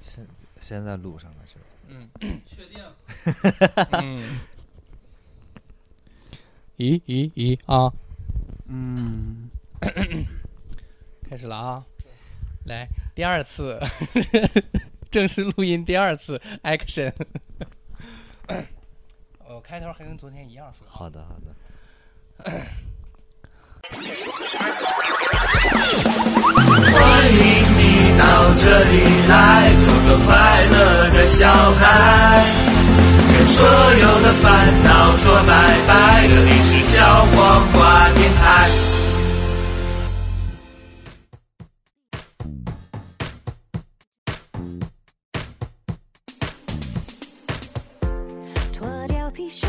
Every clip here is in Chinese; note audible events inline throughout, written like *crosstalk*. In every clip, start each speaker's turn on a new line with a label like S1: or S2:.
S1: 现现在录上了是吧？
S2: 嗯
S3: 确定
S2: 嗯，咦咦咦啊！
S4: 嗯，
S2: *coughs* 开始了啊！来，第二次 *laughs* 正式录音，第二次 action。我开头还跟昨天一样说。
S1: 好的好
S2: *laughs*
S1: 的，
S3: 欢迎你到这里来，做个快乐的小孩，跟所有的烦恼说拜拜。这里是小黄瓜电台。
S5: 脱掉皮靴，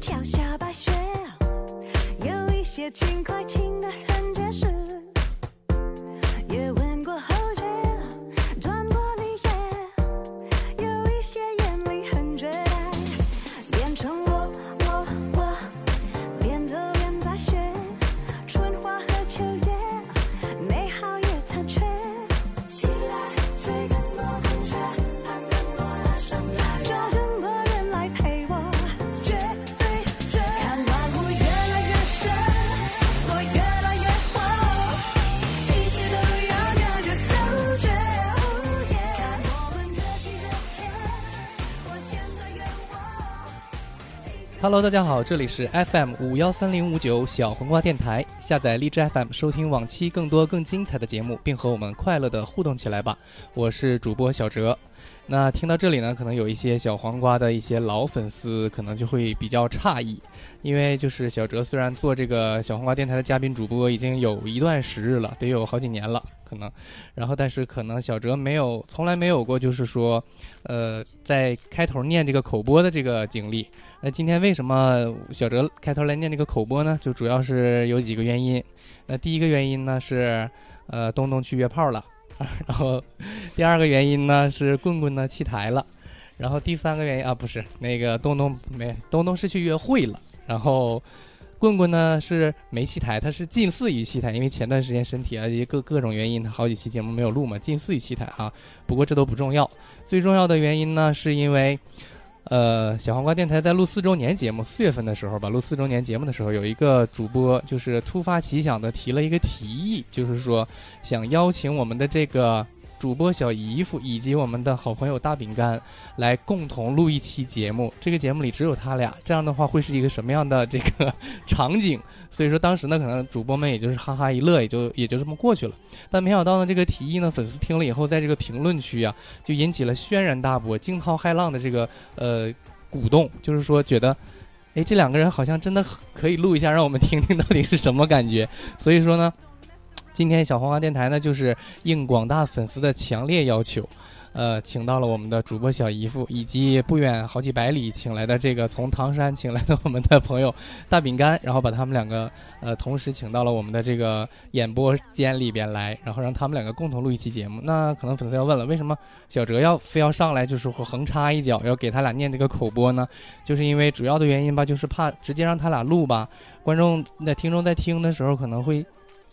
S5: 跳下白雪，有一些轻快，轻得很爵士。也吻过后觉，转过你也，有一些眼里很倦怠，变成我我我，边走边在学，春花和秋叶，美好也残缺。起来，追更多同学，盼更多的生涯，找更多人来陪我，绝对绝。看万物越来越深，我越来越火，一直都要跟着手诀。看我们越积越浅，我现在愿望。
S2: Hello，大家好，这里是 FM 五幺三零五九小黄瓜电台，下载荔枝 FM 收听往期更多更精彩的节目，并和我们快乐的互动起来吧。我是主播小哲。那听到这里呢，可能有一些小黄瓜的一些老粉丝可能就会比较诧异，因为就是小哲虽然做这个小黄瓜电台的嘉宾主播已经有一段时日了，得有好几年了可能，然后但是可能小哲没有从来没有过就是说，呃，在开头念这个口播的这个经历。那今天为什么小哲开头来念这个口播呢？就主要是有几个原因。那第一个原因呢是，呃，东东去约炮了， *laughs* 然后第二个原因呢是棍棍呢弃台了，然后第三个原因啊不是那个东东没东东是去约会了，然后棍棍呢是没弃台，他是近似于弃台，因为前段时间身体啊一些各各种原因，他好几期节目没有录嘛，近似于弃台啊。不过这都不重要，最重要的原因呢是因为。呃，小黄瓜电台在录四周年节目，四月份的时候吧，录四周年节目的时候，有一个主播就是突发奇想的提了一个提议，就是说想邀请我们的这个主播小姨夫以及我们的好朋友大饼干来共同录一期节目。这个节目里只有他俩，这样的话会是一个什么样的这个场景？所以说当时呢，可能主播们也就是哈哈一乐，也就也就这么过去了。但没想到呢，这个提议呢，粉丝听了以后，在这个评论区啊，就引起了轩然大波、惊涛骇浪的这个呃鼓动，就是说觉得，哎，这两个人好像真的很可以录一下，让我们听听到底是什么感觉。所以说呢，今天小黄花电台呢，就是应广大粉丝的强烈要求。呃，请到了我们的主播小姨夫，以及不远好几百里请来的这个从唐山请来的我们的朋友大饼干，然后把他们两个呃同时请到了我们的这个演播间里边来，然后让他们两个共同录一期节目。那可能粉丝要问了，为什么小哲哎要非要上来就是说横插一脚，要给他俩念这个口播呢，就是因为主要的原因吧，就是怕直接让他俩录吧，观众那听众在听的时候可能会，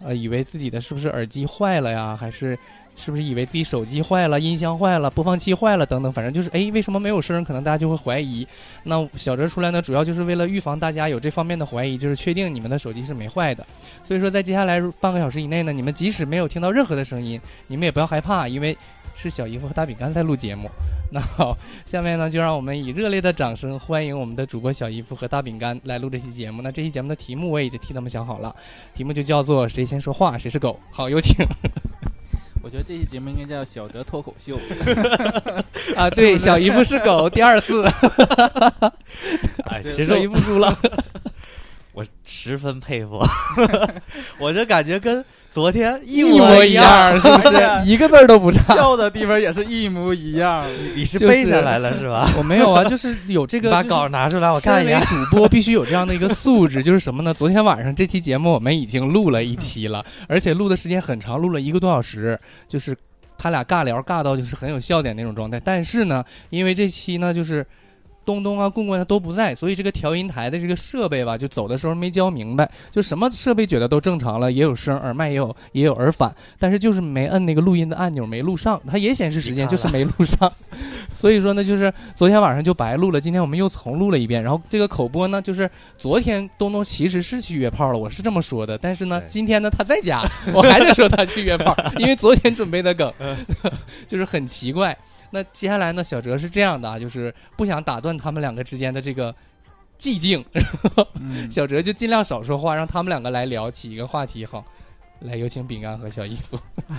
S2: 呃，以为自己的是不是耳机坏了呀，还是是不是以为自己手机坏了、音箱坏了、播放器坏了等等，反正就是哎，为什么没有声？可能大家就会怀疑。那小哲出来呢，主要就是为了预防大家有这方面的怀疑，就是确定你们的手机是没坏的。所以说，在接下来半个小时以内呢，你们即使没有听到任何的声音，你们也不要害怕，因为是小姨夫和大饼干在录节目。 *laughs* 那好，下面呢，就让我们以热烈的掌声欢迎我们的主播小姨夫和大饼干来录这期节目。那这期节目的题目我已经替他们想好了，题目就叫做“谁先说话谁是狗”。好，有 *laughs* 请
S4: 我觉得这期节目应该叫小德脱口秀。 *laughs*
S2: 啊！对，小姨夫是狗，第二 *laughs* 次，
S1: 哎，
S4: 对
S1: 其
S2: 小姨
S1: 实
S2: 夫输 *laughs* 了。
S1: 我十分佩服， *laughs* 我这感觉跟昨天一
S2: 模
S1: 一样，
S2: 样，是不
S4: 哎
S2: 是
S4: 呀？
S2: *laughs* 一个字儿都不差。
S4: 笑的地方也是一模一样。
S1: 你是
S2: 就是
S1: 背下来了是吧？
S2: 我没有啊，就是有这
S1: 你
S2: 个。
S1: 把稿拿出来我看一眼
S2: 身为。主播必须有这样的一个素质，就是什么呢？昨天晚上这期节目我们已经录了一期了，而且录的时间很长，录了一个多小时，就是他俩尬聊尬到就是很有笑点那种状态。但是呢，因为这期呢就是。东东啊、棍棍啊都不在，所以这个调音台的这个设备吧，就走的时候没教明白，就什么设备觉得都正常了，也有声，耳麦也有也有耳返，但是就是没摁那个录音的按钮，没录上，它也显示时间，
S1: 你看
S2: 就是没录上。 *laughs* 所以说呢，就是昨天晚上就白录了，今天我们又重录了一遍。然后这个口播呢，就是昨天东东其实是去约炮了，我是这么说的。但是呢
S1: 对，
S2: 今天呢他在家，我还在说他去约炮，因为昨天准备的梗， *laughs* 就是很奇怪。那接下来呢，小哲是这样的啊，就是不想打断他们两个之间的这个寂静，
S4: 嗯，
S2: 小哲就尽量少说话，让他们两个来聊起一个话题哈。来，有请饼干和小衣服。
S1: *laughs*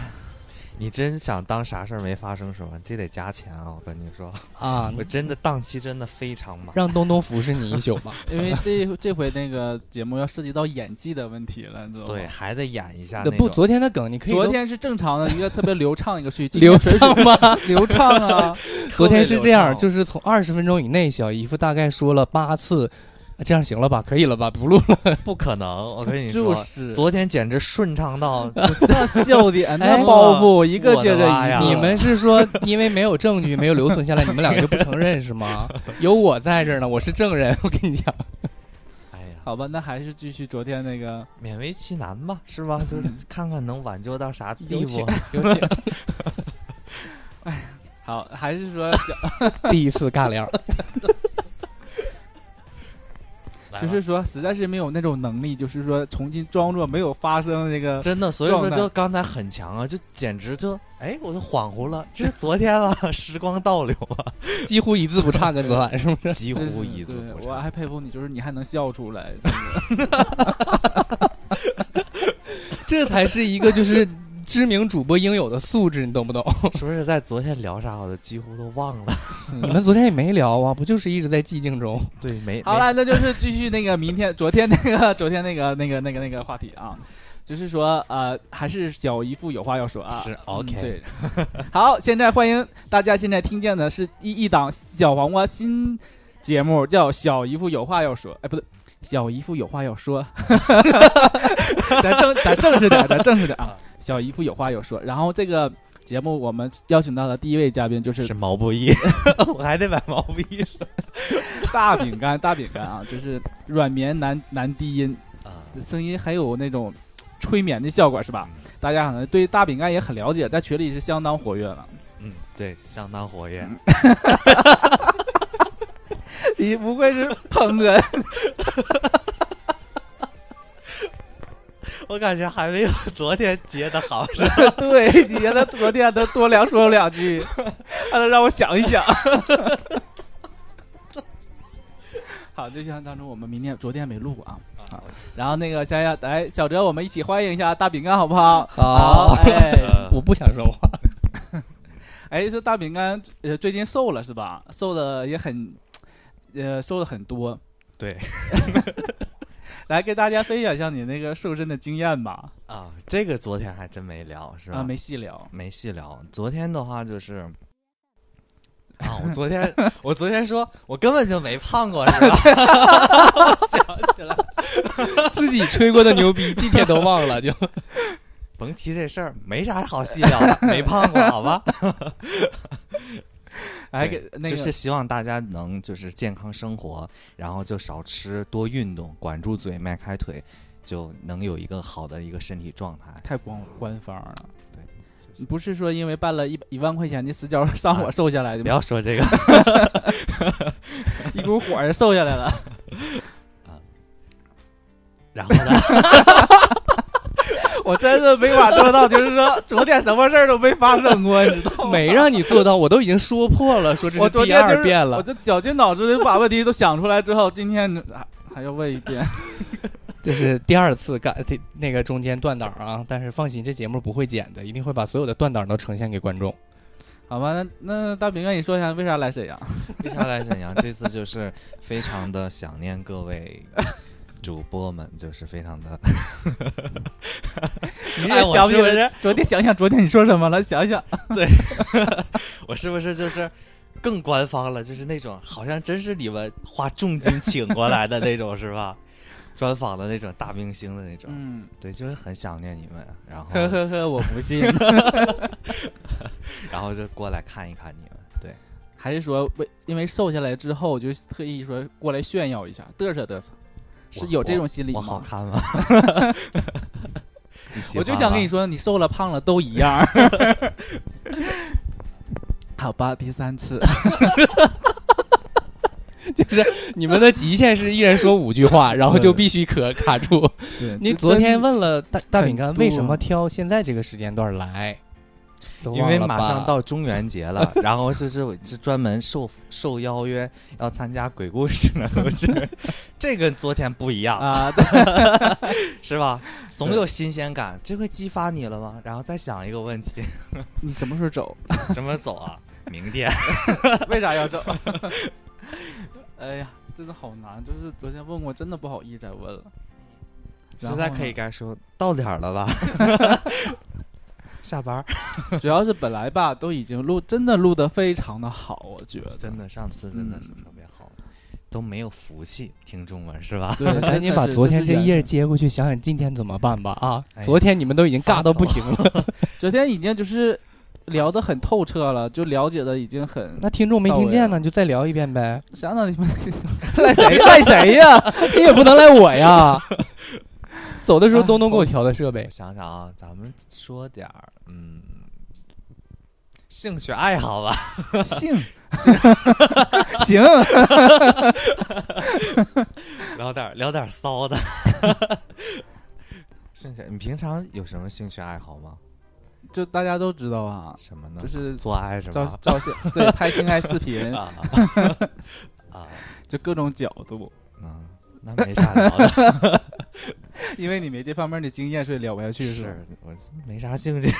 S1: 你真想当啥事儿没发生是吧？这得加钱啊！我跟你说，
S2: 啊
S1: 我，真的档期真的非常满。
S2: 让东东服侍你一宿吧。
S4: 因为这这回那个节目要涉及到演技的问题了，你知道吗？
S1: 对，，还得演一下啊
S2: 那
S1: 那
S2: 不，
S1: 种
S2: 昨天的梗你可以
S4: 昨
S2: 都
S4: 天是正常的一个特别 *laughs* 流畅一个睡，今天
S2: 流
S4: 水
S2: 畅吗？
S4: 流畅 *laughs* 啊，
S2: 昨天是这样，就是是从二十分钟以内，小姨夫大概说了八次，啊这样行了吧？可以了吧？不录了。
S1: 不可能，我跟你
S4: 就
S1: 说，
S4: 是
S1: 昨天简直顺畅
S2: *laughs*
S1: 到
S4: 那笑点
S2: 哎
S4: 那包袱一个接着
S1: 我的妈呀
S4: 一个，
S2: 你们是说因为没有证据，没有留存下来，你们两个就不承认是吗？有我在这儿呢，我是证人。我跟你讲，
S1: 哎呀，
S4: 好吧？那还是继续昨天那个
S1: 勉为其难吧，是吧？就是
S2: *laughs*
S1: 看看能挽救到啥地
S2: 有请
S1: 步。，
S2: 有 *laughs* 请。
S4: 好，还是说
S2: 第一次尬聊，
S1: 来吧
S4: 就是说，实在是没有那种能力，就是说重新装作没有发生这
S1: *laughs*
S4: 个。
S1: 真的，所以说
S4: 状态
S1: 就刚才很强啊，就简直就哎，我就恍惚了，这是昨天了，时光倒流
S4: *laughs*
S1: 啊，
S2: 几乎一字不差，跟昨晚是不是？ *laughs*
S1: 几
S4: 真
S1: 乎
S4: 是
S1: 一字
S4: 对
S1: 不
S4: 我
S1: 差。
S4: 还佩服你，就是你还能笑出来，真的
S2: 这才是一个就是知名主播应有的素质，你懂不懂？ *laughs*
S1: 说是在昨天聊啥，我都几乎都忘
S4: *laughs*
S1: 了。
S2: 你们昨天也没聊啊，不就是一直在寂静中？
S1: 对，没
S4: *laughs* 好了，那就是继续那个明天、昨天那个、昨天那个、那个、那个、那个话题啊，就是说，呃，还是小姨父有话要说啊。
S1: 是
S4: 嗯
S1: OK
S4: 对，好，现在欢迎大家，现在听见的是一一档小黄瓜新节目，叫《小姨父有话要说》。哎，不对，小姨父有话要说。 *laughs* 咱正咱正式点，咱正式点啊！小姨父有话要说。然后这个节目我们邀请到的第一位嘉宾就是
S1: 没是毛不
S4: *laughs*
S1: 易，我还得买毛不易是
S4: 大饼干，大饼干啊，就是软绵男男低音，
S1: 啊，
S4: 声音还有那种嘖催眠的效果，是吧
S1: 嗯？
S4: 大家可能对大饼干也很了解，在群里是相当活跃了。
S1: 嗯，对，相当活跃。
S4: *laughs* 你不愧 *laughs* 是捧哏，
S1: 我感觉还没有昨天结的好，是吧
S4: 对，你让他昨天他多聊说了两 *laughs* 句，让他让我想一 *laughs* 想。好，就像当初我们明天昨天没录啊，好，然后那个想想，哎，小哲，我们一起欢迎一下大饼干，好不好？
S2: 好
S4: 哎，
S1: 呃
S2: *laughs* 我不想说话。
S4: 哎，这大饼干呃最近瘦了是吧？瘦的也很，呃，瘦了很多。
S1: 对，
S4: *laughs* 来给大家分享一下你那个瘦身的经验吧。
S1: 啊，这个昨天还真没聊，是吧？
S4: 啊，没细聊。
S1: 没细聊。昨天的话就是， *laughs* 啊，我昨天我昨天说我根本就没胖过，是吧？ *laughs* 我想起来，
S2: *laughs* 自己吹过的牛逼，今天都忘了就。
S1: 甭提这事儿，没啥好细聊的，没胖过，好吧？
S4: 哎，
S1: 对
S4: 给那个、
S1: 就是希望大家能就是健康生活，然后就少吃多运动，管住嘴，迈开腿，就能有一个好的一个身体状态。
S4: 太官官方了。
S1: 对就是啊
S4: 你不是说因为办了一一万块钱的私教上火瘦下来的
S1: 不
S4: 吗？
S1: 要说这个 *laughs*
S4: 一股火儿瘦下来了。 *laughs*
S1: 然后呢？
S4: 我真的没法做到，就是说 *laughs* 昨天什么事儿都没发生过，你知 *laughs* 道
S1: *laughs*
S4: 吗？
S2: 没让你做到，我都已经说破了，说
S4: 我
S2: 这
S4: 昨
S2: 是第
S4: 天就是
S2: 二遍
S4: 我
S2: 了。
S4: 这绞尽脑汁的把问题都想出来之后，今天还还要问一遍。
S2: 这是第二次干这那个中间断档啊，但是放心，这节目不会剪的，一定会把所有的断档都呈现给观众。 *laughs*
S4: 好吧，那那大饼哥，你说一下为啥来沈阳？
S1: 为啥来沈阳？这次就是非常的想念各位主播们，就是非常的
S4: 你
S1: 哎
S4: 也
S1: 我
S4: 想起
S1: 是不
S4: 来
S1: 是
S4: 昨天想想昨天你说什么了？想想，
S1: 我是不是就是更官方了？就是那种好像真是你们花重金请过来的那种， *laughs* 是吧？专访的那种大明星的那种，
S4: *laughs* 嗯，
S1: 对，就是很想念你们，啊然后
S4: 呵呵 *laughs* 呵，我不信。
S1: 然后就过来看一看你们，对，
S4: 还是说为因为瘦下来之后就特意说过来炫耀一下，嘚瑟嘚瑟， *laughs* 是有这种心理
S1: 我
S4: 吗？
S1: 好
S4: *laughs*
S1: 看吗？ *laughs* 你喜
S4: 我就
S1: 欢
S4: 想
S1: 吗
S4: 跟你说，你瘦了胖了都一 *laughs* 样。好吧，第三次，
S2: 你们的极限是一人说五句话，然后就必须可卡住。
S4: *laughs*
S2: 你昨天问了大大饼干
S4: 很多
S2: 为什么挑现在这个时间段来，都
S1: 因
S2: 忘
S1: 为
S2: 了
S1: 马
S2: 吧
S1: 上到中元节了，然后是是是专门受受邀约要参加鬼故事呢， *laughs* 不是？这跟昨天不一样，
S4: 啊，对
S1: 是吧？总有新鲜感，这会激发你了吗？然后再想一个问 *laughs* 题，
S4: 你什么时候走？
S1: 什么走啊？明 *laughs* 天
S4: 为啥要走？ *laughs* 哎呀，真的好难，就是昨天问过，真的不好意思再问了。然
S1: 现
S4: 后
S1: 在
S4: 呢
S1: 可以该说到点儿了吧？ *laughs* 下班儿
S4: 主要是本来吧，都已经录，真的录的非常的好，我觉得
S1: 真的，上次真的是特别好，都没有福气，听众们是吧？
S4: 对，
S2: *laughs*
S4: *laughs*
S2: 赶紧把昨天这
S4: 这
S2: 一页接过去，想想今天怎么办吧啊！
S1: 哎呀
S2: 昨天你们都已经尬到不行
S4: *laughs*
S2: 了，
S4: 昨天已经就是聊得很透彻了，就了解的已经很
S2: 那听众没听
S4: 到
S2: 见
S4: 位
S2: 呢，
S4: 了
S2: 你就再聊一遍呗，
S4: 想想你
S2: *laughs*
S4: 们赖谁赖谁 *laughs* 呀？
S2: 你也不能赖我 *laughs* 呀。走的时候
S4: 哎
S2: 东东给我调的设备
S1: 我，想想啊，咱们说点儿，嗯，兴趣爱好 *laughs* 吧。
S2: *laughs*
S4: 性行，
S1: 聊点儿聊点儿骚 *laughs* 的。兴趣，你平常有什么兴趣爱好吗？
S4: *laughs* 就大家都知道啊，
S1: 什么呢？
S4: 就是
S1: 做爱是
S4: 照
S1: 吧？
S4: 照相，对，拍性爱视频，
S1: 啊啊，
S4: 就各种角度。
S1: *laughs* 嗯，那没啥聊的，
S4: 因为你没这方面的经验，所以聊不下去，是吧
S1: *laughs* 是我没啥兴趣。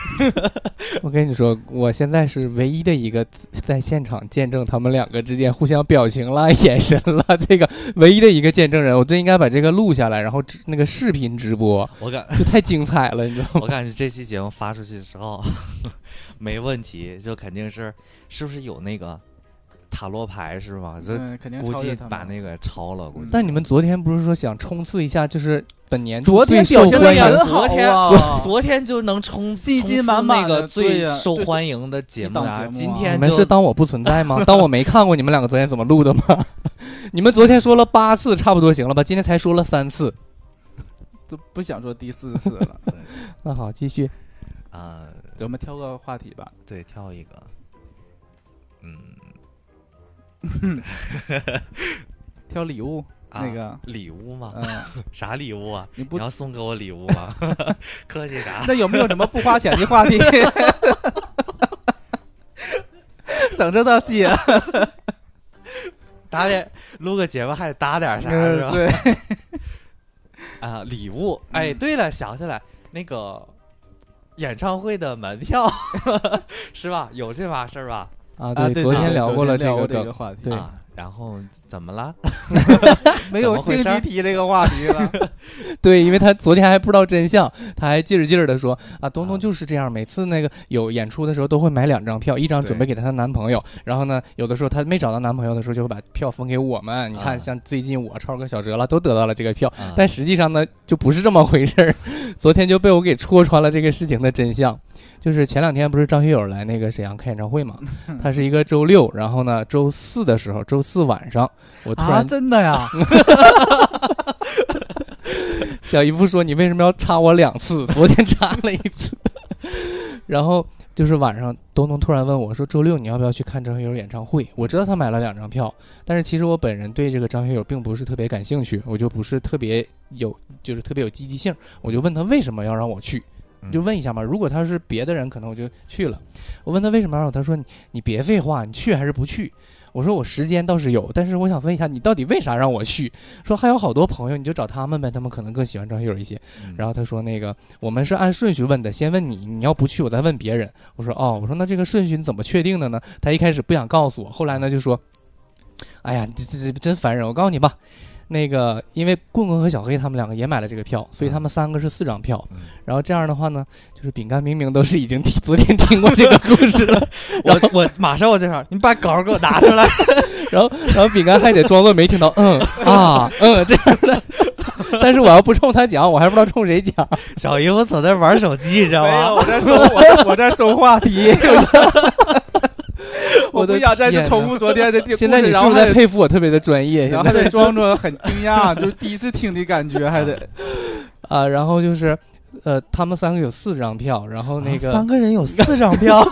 S2: 我跟你说，我现在是唯一的一个在现场见证他们两个之间互相表情啦、 *laughs* 眼神啦，这个唯一的一个见证人。我真应该把这个录下来，然后直那个视频直播，
S1: *laughs* 我感
S2: 就太精彩了，你知道吗？
S1: 我感觉这期节目发出去之后 *laughs* 没问题，就肯定是是不是有那个塔罗牌是吧？这
S4: 嗯，肯定
S1: 估
S4: 超
S1: 计
S4: 越他
S1: 把
S4: 们。
S1: 那个抄了，估计。
S2: *laughs* 但你们昨天不是说想冲刺一下，就是本年度
S4: 昨天
S2: 最受
S4: 表现
S2: 欢
S4: 的
S2: 迎
S4: 很
S1: 昨天
S4: 好
S2: *laughs*
S4: 啊，
S1: 哦昨天就能冲
S4: 信心
S1: 冲刺
S4: 满满
S1: 那个
S4: 的对
S1: 最
S4: 呀
S1: 受
S4: 对
S1: 欢迎的节目
S4: 一档节目啊
S1: 今
S2: 你
S1: 天
S2: 们
S1: 就是
S2: 当我不存在吗？当我没看过你们两个昨天怎么录的吗？ *laughs* 你们昨天说了八次，差不多行了吧？今天才说了三次。
S4: 都不想说第四次了。
S2: 那好，继续。
S1: 啊、
S4: 咱们挑个话题吧，
S1: 对，挑一个，嗯，
S4: 挑礼物
S1: 啊
S4: 那个，
S1: 礼物吗？
S4: 嗯，
S1: 啥礼物啊？
S4: 你
S1: 你
S4: 不
S1: 要送给我礼物吗？ *laughs* 客气啥？
S4: 那有没有什么不花钱的话题？ *laughs* 省着道啊气，
S1: 打点录个节目还得搭点啥是吧？
S4: 嗯对，
S1: 啊，礼物。哎，对了，想起来那个演唱会的门票 *laughs* 是吧？有这码事儿吧？
S2: 啊，
S4: 啊对
S2: 昨
S4: 对
S2: 天聊过了
S4: 昨天聊过
S2: 个
S4: 这个
S2: 梗，
S4: 话题，
S2: 对
S1: 啊，然后怎么了？
S4: 没有
S1: 怎么回
S4: 兴
S1: 事
S4: 趣
S1: 儿
S4: 提这个话题了。
S2: 对，因为他昨天还不知道真相，他还劲儿劲儿的说啊，东东
S1: 啊
S2: 就是这样，每次那个有演出的时候都会买两张票，一张准备给她男朋友，然后呢，有的时候她没找到男朋友的时候就会把票分给我们。你看，
S1: 啊
S2: 像最近我超哥、小哲了都得到了这个票，
S1: 啊
S2: 但实际上呢，就不是这么回事儿。 *laughs* 昨天就被我给戳穿了这个事情的真相，就是前两天不是张学友来那个沈阳开演唱
S4: *laughs*
S2: 会嘛，他是一个周六，然后呢，周四的时候，周四晚上， *laughs* 我突
S4: 啊，
S2: 然
S4: 真的呀？
S2: 小姨夫说：“你为什么要插我两次？昨天插了一次。” *laughs* 然后就是晚上，东东突然问我说：“周六你要不要去看张学友演唱会？”我知道他买了两张票，但是其实我本人对这个张学友并不是特别感兴趣，我就不是特别有，就是特别有积极性。我就问他为什么要让我去，
S1: 嗯
S2: 就问一下嘛。如果他是别的人，可能我就去了。我问他为什么要让我，他说你：“你别废话，你去还是不去？”我说我时间倒是有，但是我想问一下，你到底为啥让我去？说还有好多朋友，你就找他们呗，他们可能更喜欢张学友一些。
S1: 嗯
S2: 然后他说那个我们是按顺序问的，先问你，你要不去我再问别人。我说哦，我说那这个顺序你怎么确定的呢？他一开始不想告诉我，后来呢就说，哎呀，这这这真烦人！我告诉你吧，那个因为棍棍和小黑他们两个也买了这个票，所以他们三个是四张票。
S1: 嗯
S2: 然后这样的话呢，就是饼干明明都是已经听昨天听过这个故事了，
S1: 我我马上我就想，你把稿给我拿出来。 *laughs*
S2: 然后然后饼干还得装作没听到，嗯啊嗯这样的。但是我要不冲他讲，我还不知道冲谁讲。
S1: 小姨夫走那玩手机，你知道 *laughs*
S4: 没
S1: 吗？
S4: 有，
S1: *laughs*
S4: 我在说，我我在说话题。我
S2: 的
S4: 不想再
S2: 天
S4: 去重
S2: 呐
S4: 复昨天的故事。
S2: 现在你是
S4: 然后
S2: 不是
S4: 还
S2: 在
S4: 得
S2: 佩服我特别的专业？现
S4: 然
S2: 在
S4: 后还得装作很惊讶，就是第一次听的感觉，还得
S2: 啊，然后就是，呃，他们三个有四张票，然后那
S4: 啊
S2: 个，
S1: 啊三个人有四张票，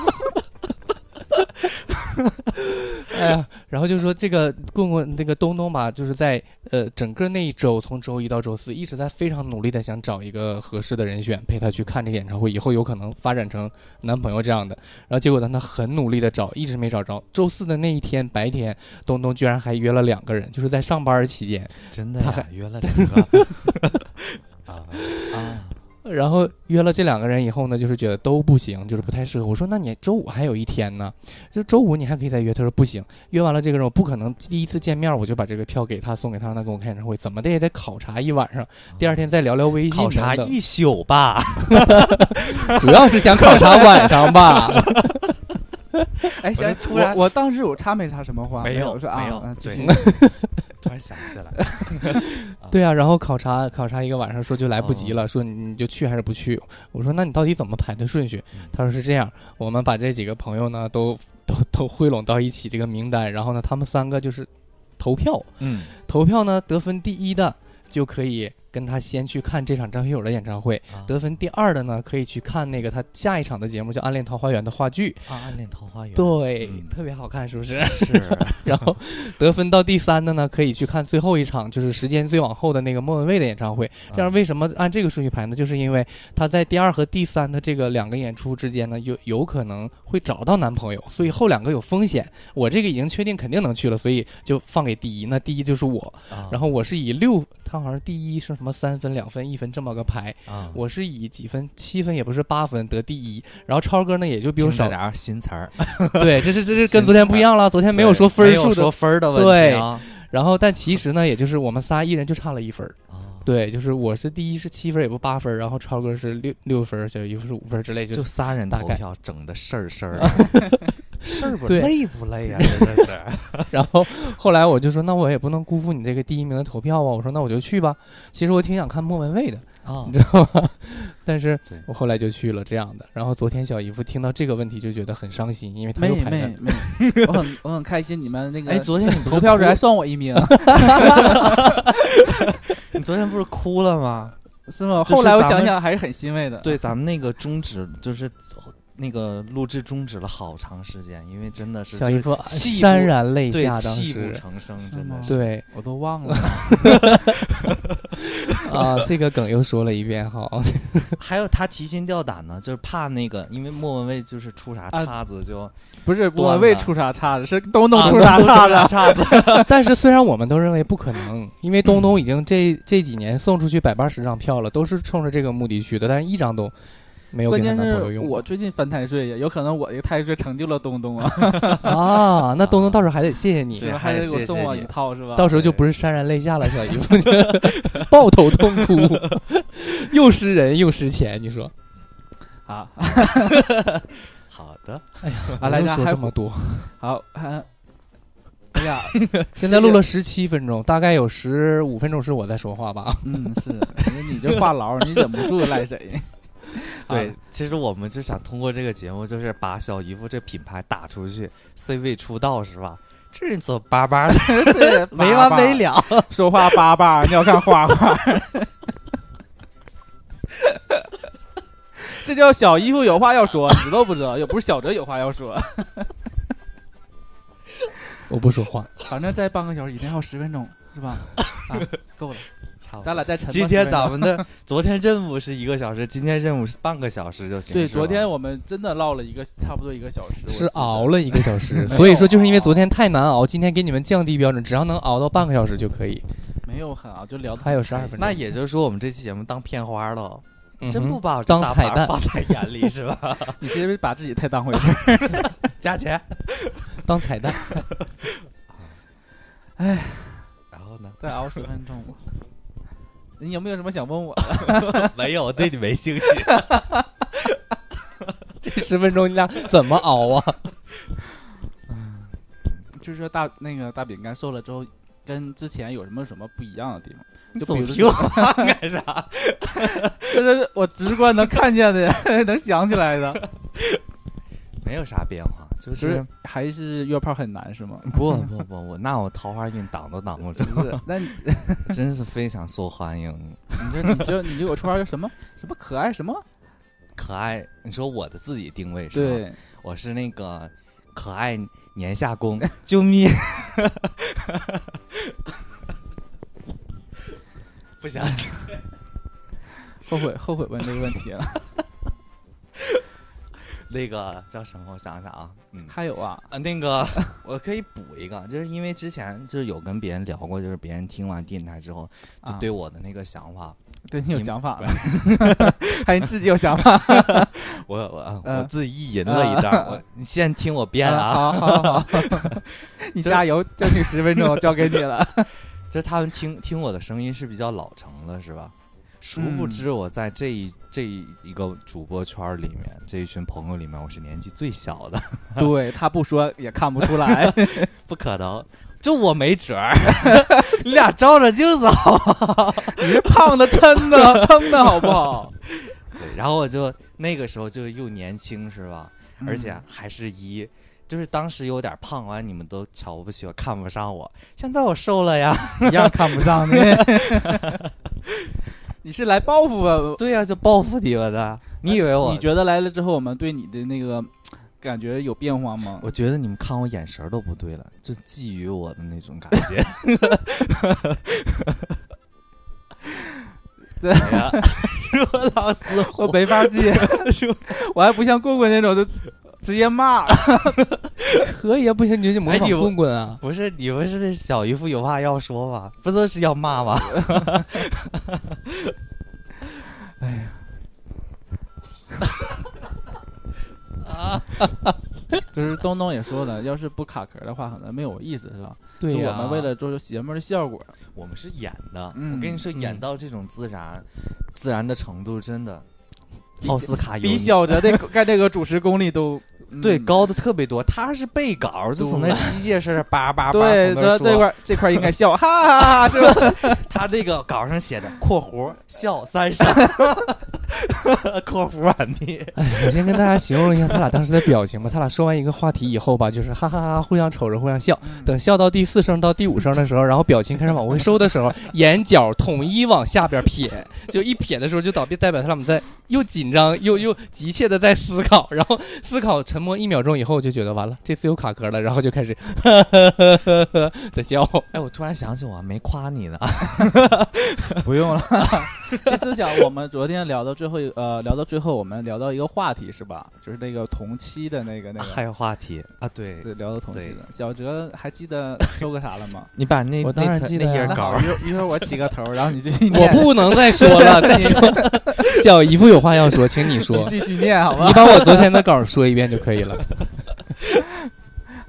S2: 哎呀，然后就说这个棍棍那个东东吧，就是在呃整个那一周，从周一到周四，一直在非常努力的想找一个合适的人选陪他去看这个演唱会，以后有可能发展成男朋友这样的。然后结果呢，他很努力的找，一直没找着。周四的那一天白天，东东居然还约了两个人，就是在上班期间，
S1: *laughs* 真的
S2: 他
S1: 呀
S2: 还，
S1: 约了两个 *laughs* 啊啊！
S2: 然后约了这两个人以后呢，就是觉得都不行，就是不太适合。我说那你周五还有一天呢，就周五你还可以再约。他说不行，约完了这个人我不可能第一次见面我就把这个票给他送给他，让他跟我看演唱会，怎么的也得考察一晚上，第二天再聊聊微信
S1: 考
S2: 等
S1: 察
S2: 等。
S1: 一宿吧，
S2: 主要是想考察晚上吧。
S4: 哎，
S1: 我
S4: 想
S1: 这突
S4: 我
S1: 然
S4: 我当时我插没插什么话？
S1: 没有
S4: 有，我说啊
S1: 没有
S4: 嗯继
S1: 对
S4: 续
S2: *laughs*
S1: 突然想起来，
S2: 对啊，然后考察考察一个晚上，说就来不及了，说你你就去还是不去？我说那你到底怎么排的顺序
S1: 嗯？
S2: 他说是这样，我们把这几个朋友呢都都都汇拢到一起这个名单，然后呢他们三个就是投票，
S1: 嗯，
S2: 投票呢得分第一的就可以跟他先去看这场张学友的演唱会，
S1: 啊
S2: 得分第二的呢可以去看那个他下一场的节目叫《暗恋桃花源》的话剧，
S1: 啊，暗恋桃花源，
S2: 对，
S1: 嗯
S2: 特别好看，是
S1: *laughs*
S2: 不是？ *laughs*
S1: 是，
S2: 然后得分到第三的呢，可以去看最后一场，就是时间最往后的那个莫文蔚的演唱会。
S1: 啊
S2: 这样为什么按这个顺序排呢？就是因为她在第二和第三的这个两个演出之间呢，有有可能会找到男朋友，所以后两个有风险。我这个已经确定肯定能去了，所以就放给第一。那第一就是我，
S1: 啊
S2: 然后我是以六，她好像第一是什么三分、两分、一分这么个排，
S1: 啊，
S2: 我是以几分，七分也不是八分得第一。然后超哥呢也就比
S1: 听
S2: 我
S1: 着
S2: 少，
S1: 点儿新词儿，
S2: 对，这是这是跟昨天不一样了，昨天没有说分
S1: 没有
S2: 数的
S1: 说分儿的问题啊，
S2: 然后，但其实呢，也就是我们仨一人就差了一分儿。
S1: 啊，
S2: 对，就是我是第一是七分儿，也不八分儿，然后超哥是六六分儿，小姨夫是五分儿之类，就
S1: 就仨人
S2: 大
S1: 投
S2: 概
S1: 票，整的事儿事儿
S2: *laughs*
S1: 的，事儿不
S2: 对
S1: 累不累
S2: *laughs*
S1: 呀？真的是，
S2: *laughs* 然后后来我就说，那我也不能辜负你这个第一名的投票啊，我说那我就去吧。其实我挺想看莫文蔚的，
S1: 啊
S2: 你知道吗？ *laughs* 但是
S1: 对
S2: 我后来就去了这样的。然后昨天小姨夫听到这个问题就觉得很伤心，因为他
S4: 没
S2: 又
S4: 没
S2: 排在
S4: 没，
S1: *laughs*
S4: 我很我很开心，你们那
S1: 哎，
S4: 个
S1: 昨天
S2: *laughs*
S1: 你不是
S4: 投票时
S1: 哭
S4: 还算我
S1: *laughs*
S4: 一名，
S1: 你昨天不是哭了吗？
S4: 是吗？
S1: 就是
S4: 后来我
S1: 咱们
S4: 想想还是很欣慰的。
S1: 对，咱们那个终止就是那个录制终止了好长时间，因为真的是
S2: 小
S1: 就
S2: 姨
S1: 是
S2: 夫
S1: 泣不
S2: 潸然泪
S1: 对
S2: 下，当
S1: 泣不
S2: 时
S1: 成声，
S4: 是
S1: 真的
S4: 吗
S1: 是。 *laughs*
S2: 对
S4: 我都忘了，
S2: 啊，这个梗又说了一遍哈。
S1: 还有他提心吊胆呢，就是怕那个，因为莫文蔚就是出啥
S4: 啊
S1: 岔子就
S4: *laughs* 不是
S1: 断了
S4: 我为出啥岔子，是东东
S1: 啊
S4: 出啥
S1: 出
S4: 岔子。
S1: 啥岔子，
S2: *laughs* 但是虽然我们都认为不可能，因为东东已经这这几年送出去百八十张票了，都是冲着这个目的去的，但是一张都没有给
S4: 关
S2: 她
S4: 键
S2: 男朋友
S4: 是
S2: 用
S4: 我最近犯太岁呀，有可能我这个太岁成就了东东啊，
S2: *laughs* 啊。那东东到时候还得谢谢你
S1: 对，
S4: 是吧？
S1: 还
S4: *laughs* 还得
S1: 得
S4: 给我
S1: 谢
S4: 送
S1: 谢
S4: 我
S1: 你
S4: 一套是吧？
S2: 到时候就不是潸然泪下了，小姨夫 *laughs* 抱头痛哭， *laughs* 又失人又失钱，你说？ *laughs*
S4: 啊，
S1: 好的，
S4: 啊来
S2: 我又
S4: 咱
S2: 说
S4: 还
S2: 这么多，
S4: 好，还 *laughs* 哎呀，
S2: *laughs* 现在录了十七分钟，大概有十五分钟是我在说
S4: *laughs*
S2: 话吧？
S4: 嗯，是，你你这话痨，你忍不住赖 *laughs* 谁？
S1: 对
S4: 啊，
S1: 其实我们就想通过这个节目，就是把小姨夫这品牌打出去，C 位出道是吧？这人走巴巴的，
S4: 对，
S1: 没完没
S4: 了，
S1: 了。
S4: 说话叭叭，尿炕哗哗。 *laughs* 这叫小姨夫有话要说，你都不知道，又不是小哲有话要说。
S2: 我不说话，
S4: 反正再半个小时以内还有十分钟，是吧？啊，够了，咱俩再沉
S1: *laughs*
S4: 默
S1: 今
S4: 10
S1: 天
S4: 分
S1: 咱
S4: 钟
S1: 们的 *laughs* 昨天任务是一个小时，今天任务是半个小时就行。
S4: 对，
S1: 是啊
S4: 昨
S1: 吧
S4: 天我们真的唠了一个差不多一个小时，
S2: *laughs*
S4: 我
S2: 是
S4: 记得
S2: 熬了一个小时，所以说就是因为昨天太难熬，今天给你们降低标准，只要能熬到半个小时就可以。
S4: 没有很熬，就聊得
S2: 还有
S4: 很开心
S2: 12分钟
S1: 那也就是说，我们这期节目当片花了，真
S2: 嗯哼
S1: 不把
S2: 当
S1: 大
S2: 彩
S1: 牌
S2: 蛋
S1: 放在眼里是吧？
S4: 你是不是把自己太当回事儿？
S1: 加钱，
S2: 当彩蛋。
S1: 然后呢？
S4: 再熬十分钟吧。你有没有什么想问我？ *laughs*
S1: 没有，对你没兴趣。
S2: 十分钟你俩怎么熬啊？
S4: 就是说大那个大饼干瘦了之后，跟之前有什么什么不一样的地方？
S1: 你
S4: 就
S1: 总
S4: 比如
S1: 提 *laughs* 我话干啥？
S4: *laughs* 这是我直观能看见的，能想起来的。
S1: 没有啥变化，就
S4: 就是是还是约炮很难是吗？
S1: 不不不，我那我桃花运挡都挡不住， *laughs*
S2: *laughs*
S4: 不是，那你 *laughs*
S1: 真是非常受欢迎，
S4: 你就你就你就有绰号叫什么什么可爱什么？
S1: 可爱。你说我的自己定位是吧？
S4: 对，
S1: 我是那个可爱年下攻，救命！ *laughs* 不想
S4: 后悔后悔问这个问题了。
S1: 那个叫什么？我想想啊，嗯
S4: 还有啊，
S1: 啊，那个我可以补一个，就是因为之前就是有跟别人聊过，就是别人听完电台之后就
S4: 啊
S1: 对我的那个想法，
S4: 对你有
S1: 你
S4: 想法了， *laughs* 还有你自己有想法
S1: 我我啊
S4: 嗯
S1: 我自己意淫了一段，我你先听我编
S4: 啊？
S1: 啊，
S4: 好好 *laughs* 好，你
S1: 这
S4: 加油，就你十分钟，我交给你 *laughs* 了。
S1: 就是他们听听我的声音是比较老成了，是吧？殊不
S4: 嗯
S1: 知我在这一这一个主播圈儿里面，这一群朋友里面，我是年纪最小的，
S4: 对他不说也看不出来， *laughs*
S1: 不可能，就我没辙儿， *laughs* 你俩照着镜子好
S4: 你是胖的撑的撑的好不 *laughs* 好？
S1: *laughs* 对，然后我就那个时候就又年轻是吧？而
S4: 啊嗯
S1: 且还是一，就是当时有点胖完，你们都瞧不起我，看不上我。现在我瘦了呀， *laughs*
S4: 嗯一样看不 *laughs* 上你。你是来报复我？
S1: 对呀、就报复你们的。你以为我？
S4: 你觉得来了之后，我们对你的那个感觉有变化吗？
S1: 我觉得你们看我眼神儿都不对了，就觊觎我的那种感觉。
S4: 对
S1: 哎呀，若老死
S4: 我
S1: 活，
S4: 没法记，我还不像棍棍那种就直接骂。
S2: 可以啊，不行你就模
S1: 哎
S2: 仿
S1: 你
S2: 棍棍啊。
S1: 不是你们是那小姨夫有话要说吗？不都是要骂吗？
S4: 哎呀，啊， *laughs* 就是东东也说了，要是不卡壳的话，可能没有意思，是吧？
S2: 对
S4: 就
S2: 呀、
S4: 我们为了做出邪门的效果，
S1: 我们是演的，
S4: 嗯
S1: 我跟你说，
S2: 嗯
S1: 演到这种自然、自然的程度，真的，
S4: 比
S1: 奥斯卡有
S4: 比
S1: 哎你
S4: 小哲这干这个主持功力都、嗯
S1: 对高的特别多。他是背稿，就从那机械声儿叭叭叭
S4: 对，
S1: 从那
S4: 这
S1: 儿
S4: 这块
S1: 说。
S4: 儿这块儿应该笑，哈哈哈哈，是吧？
S1: 他这个稿上写的（ *laughs* 括弧笑三 *laughs* 声），括弧完毕。
S2: 哎，我先跟大家形容一下他俩当时的表情吧。他俩说完一个话题以后吧，就是哈哈哈，互相瞅着，互相笑。等笑到第四声到第五声的时候，然后表情开始往回收的时候，眼角统一往下边撇，就一撇的时候就倒闭，代表他们在又紧张又又急切的在思考，然后思考沉默一秒钟以后，就觉得完了，这次又卡壳了，然后就开始呵呵呵呵呵的笑。
S1: 哎，我突然想起我没夸你呢，
S4: 不用了。 *laughs* 其实想我们昨天聊到最后一，呃，聊到最后，我们聊到一个话题是吧？就是那个同期的那个那
S1: 还
S4: 个，
S1: 有话题啊？对，
S4: 对，聊到同期
S1: 对
S4: 的。小哲还记得说个啥了吗？
S1: 你把那
S2: 我当然
S1: 那层
S2: 记得
S1: 那
S2: 呀
S1: 页
S4: 那
S1: 稿
S4: 好，一会儿一会儿我起个头，然后你继续念。
S2: 我不能再说 *laughs* 了，
S4: *laughs*
S2: 再说小姨夫有话要说，请你
S4: 你
S2: 说，
S4: 继续念好吗
S2: 你？把我昨天的稿说一遍就可以了。
S4: *laughs*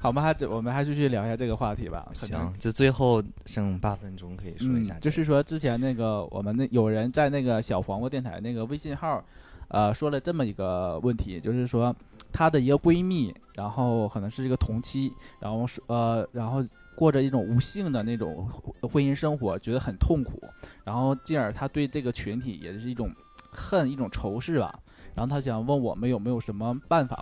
S4: 好吧，还得我们还继续聊一下这个话题吧。可能
S1: 行，，就最后剩八分钟可以说一下
S4: 嗯，
S1: 这
S4: 就
S1: 个
S4: 是说之前那个我们那有人在那个小黄瓜电台那个微信号，呃，说了这么一个问题，就是说她的一个闺蜜，然后可能是这个同期，然后是呃，然后过着一种无性的那种婚婚姻生活，觉得很痛苦，然后进而她对这个群体也是一种恨，一种仇视吧。然后她想问我们有没有什么办法